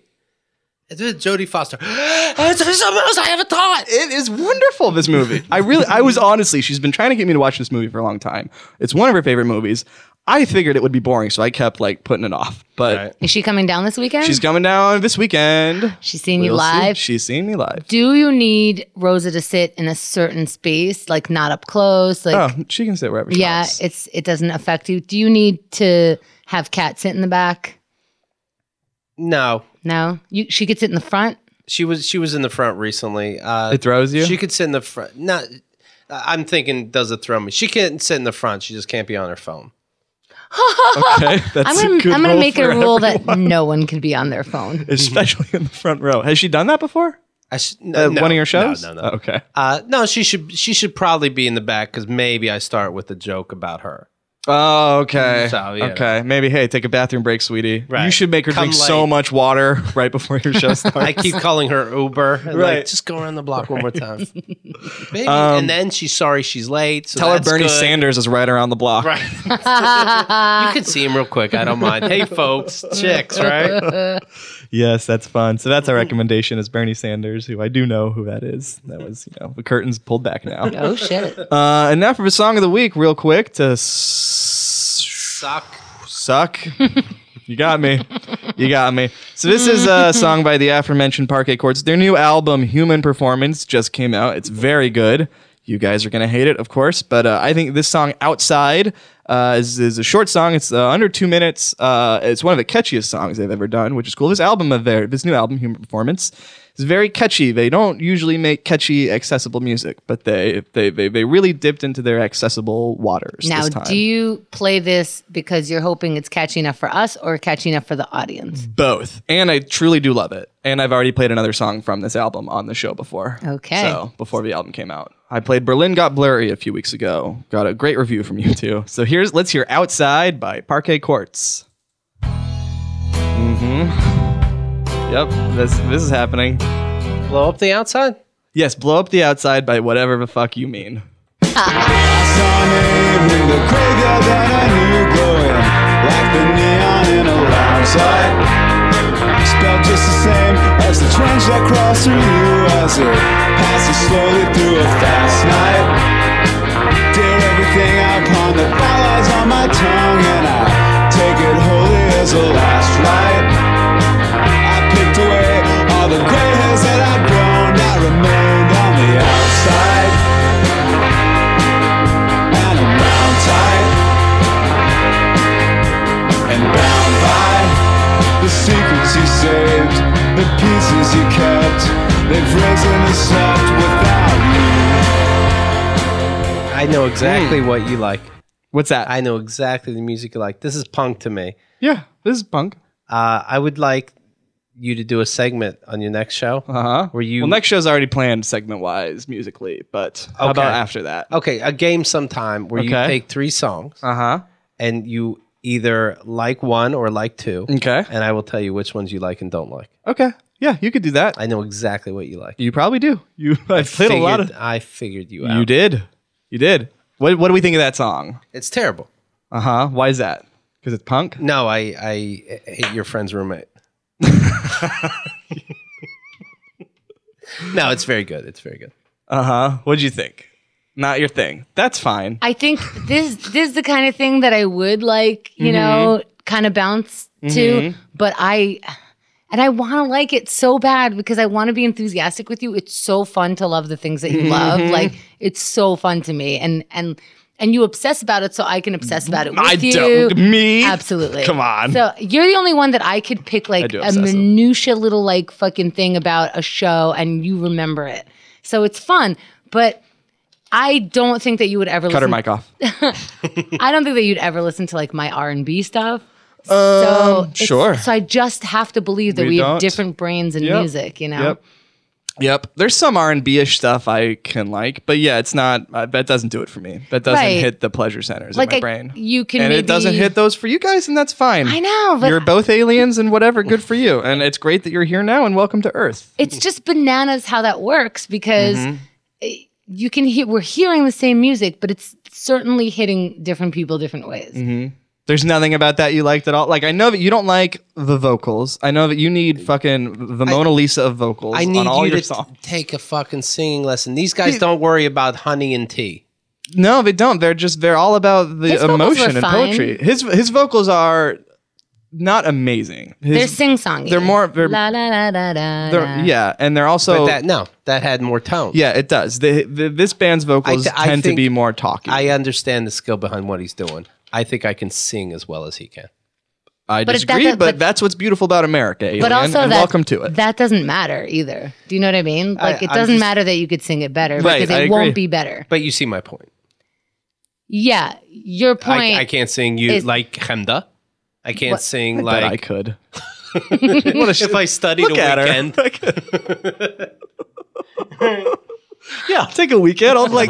B: It's with Jodie Foster. *gasps* it's something else I haven't taught.
C: it is wonderful this movie i really i was honestly she's been trying to get me to watch this movie for a long time it's one of her favorite movies i figured it would be boring so i kept like putting it off but
B: Right.
A: Is she coming down this weekend?
C: she's coming down this weekend
A: She's seeing you
C: We'll see.
A: live.
C: she's seeing me live
A: Do you need Rosa to sit in a certain space, like not up close? Like,
C: oh she can sit wherever she
A: yeah,
C: wants.
A: it's it doesn't affect you. Do you need to have Cat sit in the back?
B: No.
A: No, you. She could sit in the front.
B: She was she was in the front recently. Uh,
C: It throws you?
B: She could sit in the front. Not. I'm thinking, does it throw me? She can sit in the front. She just can't be on her phone.
C: *laughs* Okay,
A: *laughs*
C: that's
A: I'm
C: a good
A: gonna I'm gonna
C: rule
A: make it
C: for
A: a rule
C: everyone,
A: that no one can be on their phone.
C: *laughs* especially in the front row. Has she done that before?
B: I sh- n-
C: At
B: no,
C: one of your shows?
B: No, no,
C: Oh,
B: no.
C: okay.
B: Uh, no, she should she should probably be in the back because maybe I start with a joke about her.
C: Oh, okay.
B: So, yeah.
C: Okay. Maybe, hey, take a bathroom break, sweetie.
B: Right.
C: You should make her
B: Come
C: drink so
B: late.
C: much water *laughs* right before
B: *laughs*
C: your show starts.
B: I keep calling her Uber. and, like,
C: Right.
B: just go around the block one more time, Baby.
C: Um,
B: and then she's sorry she's late. So
C: Tell her
B: that's
C: Bernie
B: good.
C: Sanders is right around the block.
B: Right. *laughs* you can see him real quick. I don't mind. Hey, folks, chicks, right?
C: Yes, that's fun. So that's our recommendation is Bernie Sanders, who I do know who that is. That was, you know, the curtain's pulled
B: *laughs*
C: back now.
A: Oh shit.
C: Uh, and now for the song of the week, real quick to s-
B: Suck.
A: *laughs*
C: suck. you got me. You got me. So this is
A: *laughs*
C: a song by the aforementioned Parquet Courts. Their new album, Human Performance, just came out. It's very good. You guys are gonna hate it, of course, but uh, I think this song, Outside, uh, is, is a short song. It's uh, under two minutes. Uh, it's one of the catchiest songs they've ever done, which is cool. This album of their, this new album, Human Performance, is very catchy. They don't usually make catchy, accessible music, but they they they, they really dipped into their accessible waters.
A: Now,
C: this time.
A: do you play this because you're hoping it's catchy enough for us or catchy enough for the audience?
C: both and i truly do love it and i've already played another song from this album on the show before
A: Okay.
C: so before the album came out i played berlin got blurry a few weeks ago got a great review from you too so here's let's hear outside by parquet courts mm-hmm yep this this is happening
B: Blow up the outside.
C: yes blow up the outside by whatever the fuck you mean
D: saw name in the graveyard that I knew glowing like the neon in a lounge light. Spelled just the same as the trains that cross through you as it passes slowly through a fast night. Did everything upon the bylaws on my tongue, and I take it holy as a last light. I picked away all the gray hairs that I'd grown that remained on the outside and I'm bound tight and bound by the secrets you saved, the pieces you kept. They've risen and slept without you.
B: I know exactly
C: Hmm.
B: what you like.
C: what's that
B: I know exactly the music you like. This is punk to me.
C: yeah this is punk
B: Uh, I would like you to do a segment on your next show.
C: uh-huh
B: Were you-
C: well next show's already planned segment wise musically but how about
B: Okay.
C: after that
B: Okay, a game sometime where you
C: Okay.
B: take three songs
C: uh-huh
B: and you either like one or like two.
C: Okay.
B: And I will tell you which ones you like and don't like.
C: Okay. Yeah, you could do that.
B: I know exactly what you like.
C: you probably do. You *laughs* I played a lot of.
B: Figured- I figured you out.
C: You did. You did. What What do we think of that song?
B: It's terrible.
C: Uh huh. Why is that? Because it's punk.
B: No, I, I hate your friend's
C: *laughs*
B: roommate. no, it's very good. It's very good.
C: Uh
B: Uh-huh.
C: huh. What'd you think? Not your thing. That's fine.
A: I think this this is the kind of thing that I would like, you
C: Mm-hmm.
A: know, kind of bounce to, but I and I want to like it so bad because I want to be enthusiastic with you. It's so fun to love the things that you
C: Mm-hmm.
A: love. Like it's so fun to me and and and you obsess about it so I can obsess about it with
C: I
A: you.
C: don't. Me.
A: Absolutely.
C: Come on.
A: So you're the only one that I could pick like
C: do
A: a
C: obsessive.
A: minutia little like fucking thing about a show and you remember it. So it's fun, but I don't think that you would ever
C: Cut her
A: listen.
C: mic
A: *laughs*
C: off.
A: I don't think that you'd ever listen to like my R and B stuff.
C: Um,
A: it's-
C: sure.
A: So I just have to believe that
C: We
A: we, have
C: don't.
A: different brains in
C: Yep.
A: music, you know.
C: Yep. Yep. There's some R and B ish stuff I can like, but yeah, it's not. Uh, that doesn't do it for me. That doesn't
A: Right.
C: hit the pleasure centers
A: Like
C: in my
A: I-
C: brain.
A: you can
C: and it
A: maybe-
C: doesn't hit those for you guys, and that's fine.
A: I know, but
C: you're both aliens and whatever. Good for you. And it's great that you're here now and welcome to Earth.
A: it's just bananas how that works because
C: Mm-hmm.
A: it- you can hear we're hearing the same music, but it's certainly hitting different people different ways.
C: Mm-hmm. There's nothing about that you liked at all. Like I know that you don't like the vocals. I know that you need fucking the Mona Lisa of vocals
B: I need
C: on all
B: you
C: your
B: to
C: songs.
B: take a fucking singing lesson. These guys don't worry about honey and tea.
C: No, they don't. They're just they're all about the
A: His vocals
C: emotion
A: were
C: and poetry. His his vocals are not amazing. His,
A: They're sing songy.
C: they're more- they're-
A: la la la la la.
C: they're-
A: la.
C: yeah, and they're
B: But
C: also
B: that no, that had more tone.
C: yeah. It does. They, the, this band's vocals
B: I th- I
C: tend to
B: think-
C: be more talky.
B: I understand the skill behind what he's doing. I think I can sing as well as he can.
A: But
C: I
A: it- that-
C: disagree,
A: that-
C: but,
A: but-
C: that's what's beautiful about America, alien,
A: But also
C: and
A: that
C: welcome to it.
A: that doesn't matter either. Do you know what I mean? Like it
B: I'm
A: doesn't
B: just-
A: matter that you could sing it better
C: Right,
A: because
C: I
A: it
C: agree.
A: won't be better.
B: But you see my point.
A: Yeah, your point.
B: I, I can't sing you
A: is-
B: like Chemda. I can't sing
C: But I
B: like
C: could.
B: *laughs* if I studied a
C: Look at her. *laughs*
B: weekend.
C: Yeah, I'll take a weekend. I'll
B: *laughs*
C: like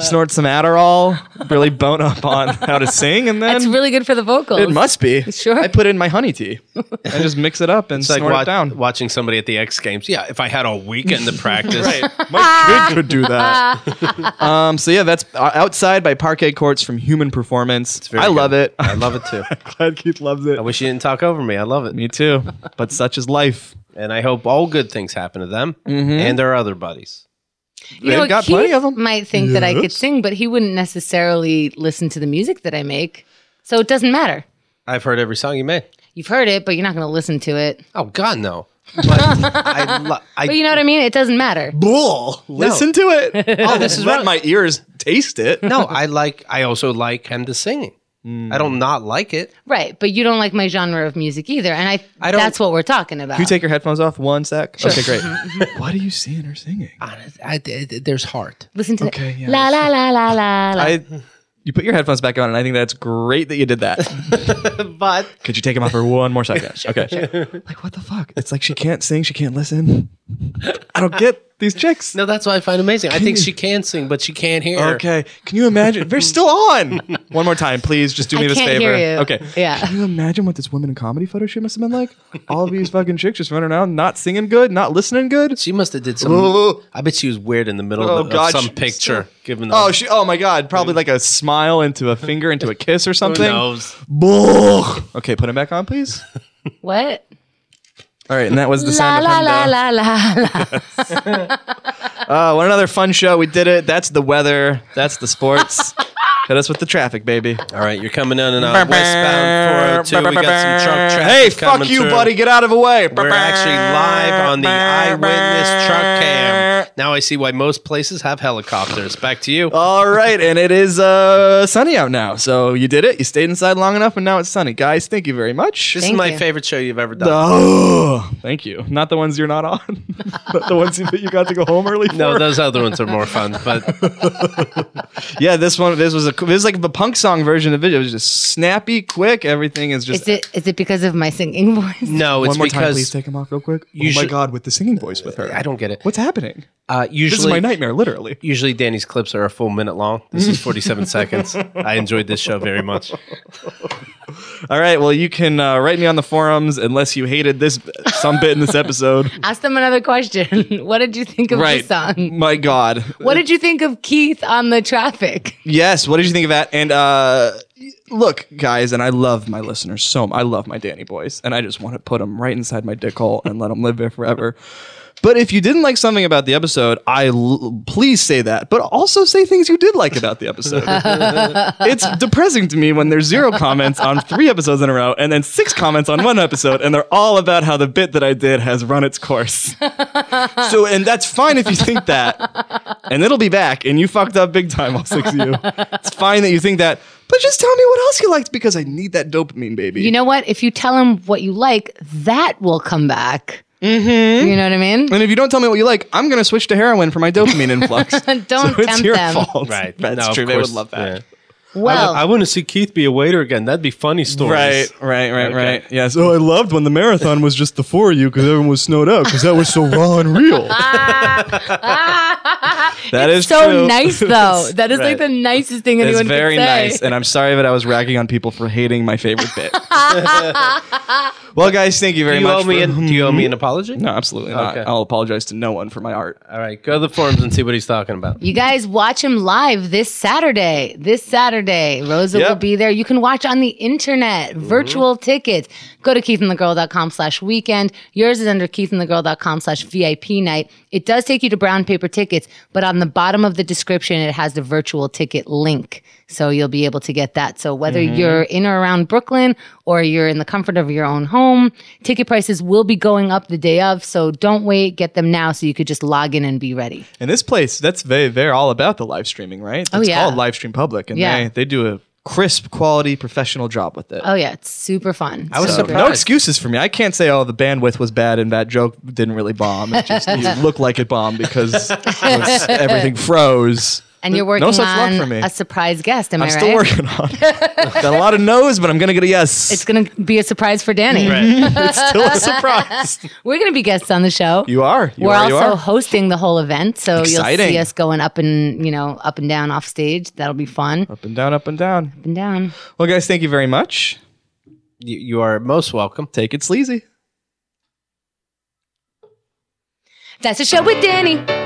C: snort some Adderall, really bone up on how to sing, and
A: That's
C: then
A: really good for the vocals.
C: it must be.
A: Sure.
C: I put in my honey tea and just mix it up and
B: It's like
C: snort
B: wa-
C: it down.
B: watching somebody at the X Games. Yeah, if I had a weekend
C: *laughs*
B: to practice.
C: My kid could do that. *laughs* um, so yeah, that's uh, outside by Parquet Courts from Human Performance.
B: very
C: I love
B: good.
C: *laughs* it.
B: I love it too.
C: Glad Keith loves it.
B: I wish you didn't talk over me. I love it.
C: *laughs* Me too. But such is life.
B: And I hope all good things happen to them and their other buddies.
A: you
C: They've
A: know,
C: got
A: Keith
C: plenty of 'em.
A: might think that I could sing, but he wouldn't necessarily listen to the music that I make. So it doesn't matter.
B: I've heard every song you made.
A: You've heard it, but you're not going to listen to it.
B: Oh God, *laughs* no. But I, lo- I
A: But you know what I mean? It doesn't matter.
C: Bull. *laughs* Listen to *laughs* it. oh, this is let my ears taste it.
B: no. I like. I also like him to singing. I don't not like it.
A: Right, but you don't like my genre of music either, and I,
B: I don't-
A: that's what we're talking about.
C: Can you take your headphones off one sec? Okay, great. *laughs* what are you seeing or singing?
B: I, I- there's heart.
A: listen to
C: Okay,
A: the,
C: yeah,
A: la la la la la la.
C: I you put your headphones back on, and I think that's great that you did that.
B: But
C: Could you take him off for one
A: *laughs*
C: more second? okay. Like what the fuck? It's like she can't sing, she can't listen. I don't get these chicks.
B: no, that's what I find amazing. I *laughs* think she can sing, but she can't hear.
C: Okay. Can you imagine? They're still on. One more time, please. Just do me
A: I
C: this
A: can't
C: favor.
A: hear you.
C: Okay.
A: Yeah. *laughs*
C: Can you imagine what this woman in comedy photo shoot must have been like? All of these fucking chicks just running around, not singing good, not listening good.
B: She must have did some.
C: Ooh.
B: I bet she was weird in the middle
C: Oh,
B: of, the- of
C: God, she-
B: some picture. Given the
C: Oh, she. Oh my God! Probably like a smile into a finger into a kiss or something.
B: knows.
C: Bull. Okay, put him back on, please.
A: what?
C: All right, and that was the
A: La
C: sound
A: la
C: of
A: la
C: Honda.
A: la la la.
C: Uh, what another fun show. We did it. That's the weather. That's the *laughs* sports. Hit us with the traffic, baby.
B: All right, you're coming in and out westbound 402. We got some truck traffic.
C: Hey, fuck
B: coming
C: you,
B: through.
C: buddy. Get out of the way.
B: We're actually live on the eyewitness truck cam. Now I see why most places have helicopters. Back to you.
C: All right, and it is uh, sunny out now. So you did it. You stayed inside long enough, and now it's sunny. Guys, thank you very much.
B: this is
A: thank
B: my
A: you.
B: favorite show you've ever done.
C: Oh, thank you. Not the ones you're not on, *laughs* but the ones that you got to go home early for.
B: No, those other ones are more fun,
C: *laughs*
B: but
C: yeah, this one, this was a, this is like the punk song version of it. It was just snappy, quick. Everything is just.
A: Is it is it because of my singing *laughs* voice?
B: no, it's
C: one more
B: because
C: time, please take him off real quick. Oh
B: you
C: my
B: should-
C: god, with the singing voice with her.
B: I don't get it.
C: What's happening?
B: Uh, usually,
C: This is my nightmare, literally.
B: usually Danny's clips are a full minute long. This is
C: *laughs*
B: 47 seconds. I enjoyed this show very much.
C: All right, well, you can uh, write me on the forums unless you hated this some bit in this *laughs* episode.
A: Ask them another question. *laughs* what did you think of the song?
C: My God.
A: What did you think of Keith on the traffic?
C: Yes. What did you think of that? And uh, look, guys, and I love my listeners so much. I love my Danny boys, and I just want to put them right inside my dick hole and let them live there forever. But if you didn't like something about the episode, I l- please say that. But also say things you did like about the *laughs* episode. it's depressing to me when there's zero comments on three episodes in a row, and then six comments on one episode, and they're all about how the bit that I did has run
B: *laughs*
C: its course. so, and that's fine if you think that, and it'll be back. And you fucked up big time, all six of you. It's fine that you think that, but just tell me what else you liked because I need that dopamine, baby.
A: You know what? If you tell him what you like, that will come back. Mm-hmm. You know what I mean?
C: and if you don't tell me what you like, I'm gonna switch to heroin for my dopamine influx.
A: *laughs* Don't
C: so it's
A: tempt
C: your
A: them.
C: fault.
B: Right.
C: That's
B: No, of
C: true. They would
B: course.
C: love
B: Yeah.
C: that.
A: Well,
B: I want to see Keith be a waiter again. That'd be funny stories.
C: Right, right, right, right. Yeah. So I loved when the marathon was just the four of you because everyone was snowed up because that was so raw and real. That is
A: so
C: true.
A: nice
C: *laughs*
A: though. That is like the
C: Right.
A: nicest thing
C: It's
A: anyone
C: very
A: could say.
C: nice, and I'm sorry that I was ragging on people for hating my favorite
B: *laughs*
C: bit. well, guys, thank you very
B: Do you,
C: much.
B: owe me
C: for-
B: an, do you owe me an apology?
C: *laughs* no, absolutely not.
B: Okay.
C: I'll apologize to no one for my art.
B: All right, go to the forums and see what he's talking about.
A: You guys watch him live this Saturday. This Saturday, Rosa
C: Yep.
A: will be there. You can watch on the internet, virtual tickets. Go to keithandthegirl.com slash weekend. Yours is under keithandthegirl.com slash VIP night. It does take you to brown paper tickets, but on the bottom of the description, it has the virtual ticket link. So you'll be able to get that. So whether you're in or around Brooklyn or you're in the comfort of your own home, ticket prices will be going up the day of. So don't wait. Get them now so you could just log in and be ready.
B: Oh,
C: And this place, that's they they're all about the live streaming, right? It's
A: yeah.
C: called Live Stream Public, and
A: Yeah.
C: they they do a crisp quality professional job with it.
A: Oh yeah, it's super fun.
B: I was
A: So-
B: surprised.
C: No excuses for me. I can't say, oh, the bandwidth was bad and that joke didn't really bomb. It just you look like it bombed because it was- everything froze.
A: And you're working
C: no such luck
A: on
C: for me.
A: a surprise guest. Am
C: I'm
A: I
C: still
A: right?
C: working on it. Got a lot of no's, but I'm going to get a yes.
A: It's gonna be a surprise for Danny.
C: It's still a surprise.
A: *laughs* We're gonna be guests on the show.
C: You are. You
A: We're
C: are.
A: also
C: You are.
A: hosting the whole event, so you'll
C: Exciting.
A: see us going up and you know up and down off stage. That'll be fun. Up
C: Up and down, up and down.
A: and down.
C: Well, guys, thank you very much.
B: You, you are most welcome.
C: Take it sleazy.
A: That's a show with Danny.